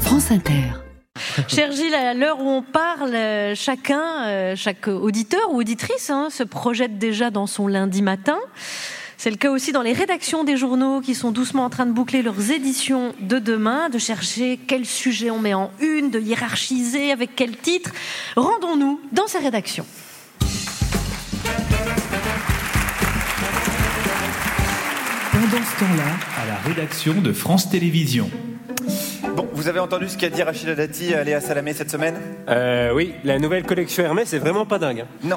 France Inter. Cher Gilles, à l'heure où on parle, euh, chacun, euh, chaque auditeur ou auditrice hein, se projette déjà dans son lundi matin. C'est le cas aussi dans les rédactions des journaux qui sont doucement en train de boucler leurs éditions de demain, de chercher quel sujet on met en une, de hiérarchiser avec quel titre. Rendons-nous dans ces rédactions. Pendant ce temps-là, à la rédaction de France Télévisions. Bon, vous avez entendu ce qu'a dit Rachida Dati à Léa Salamé cette semaine Euh, oui, la nouvelle collection Hermès est vraiment pas dingue. hein. Non,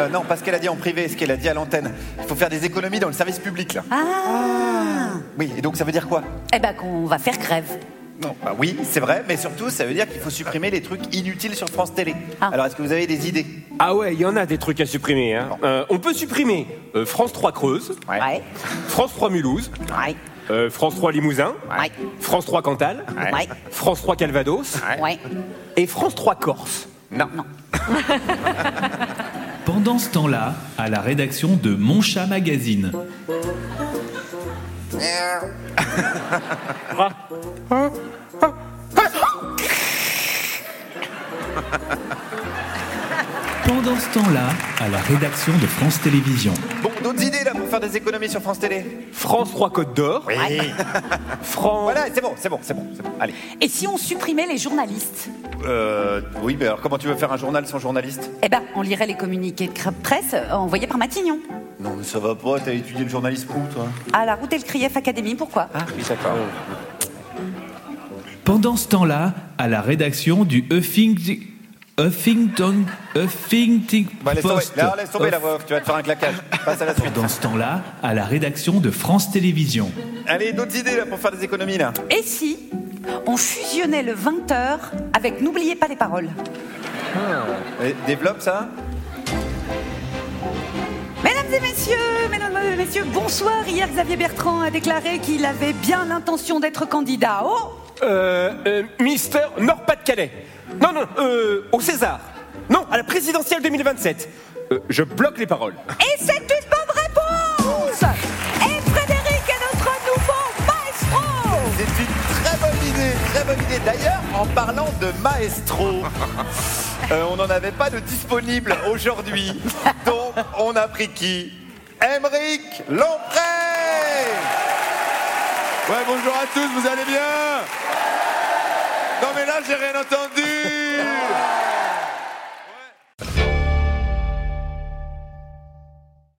Euh, non, pas ce qu'elle a dit en privé, ce qu'elle a dit à l'antenne. Il faut faire des économies dans le service public, là. Ah Oui, et donc ça veut dire quoi Eh ben qu'on va faire grève. Non, bah oui, c'est vrai, mais surtout, ça veut dire qu'il faut supprimer les trucs inutiles sur France Télé. Ah. Alors, est-ce que vous avez des idées Ah ouais, il y en a des trucs à supprimer. hein. Euh, on peut supprimer euh, France 3 Creuse, Ouais. Ouais. France 3 Mulhouse, Ouais. euh, France 3 Limousin, Ouais. France 3 Cantal, Ouais. France 3 Calvados Ouais. et France 3 Corse. Non. Pendant ce temps-là, à la rédaction de Mon Chat Magazine. Pendant ce temps-là, à la rédaction de France Télévisions. Bon, d'autres idées, là, pour faire des économies sur France Télé France 3 Côte d'Or, France... Voilà, c'est bon, c'est bon, c'est bon, c'est bon. Allez. Et si on supprimait les journalistes Euh, oui, mais alors, comment tu veux faire un journal sans journaliste Eh ben, on lirait les communiqués de cre- presse euh, envoyés par Matignon. Non, mais ça va pas, t'as étudié le journalisme où, toi À la route El Krief Academy, pourquoi Pendant ce temps-là, à la rédaction du Huffington... Huffington... Huffington Bah, laisse tomber, Post. là, laisse tomber, la voix, off, tu vas te faire un claquage. Passe à la suite. Pendant ce temps-là, à la rédaction de France Télévisions. Allez, d'autres idées, là, pour faire des économies, là Et si on fusionnait le 20h avec N'oubliez pas les paroles Et Développe ça Mesdames et messieurs, mesdames et messieurs, bonsoir. Hier, Xavier Bertrand a déclaré qu'il avait bien l'intention d'être candidat. Oh Euh, euh, Mister Nord-Pas-de-Calais. Non, non, euh, au César. Non, à la présidentielle 2027. Euh, je bloque les paroles. Et c'est une bonne réponse Et Frédéric est notre nouveau maestro C'est une très bonne idée, très bonne idée. D'ailleurs, en parlant de maestro, euh, on n'en avait pas de disponible aujourd'hui. Donc, on a pris qui Emeric Lomprey Ouais, bonjour à tous, vous allez bien Non, mais là, j'ai rien entendu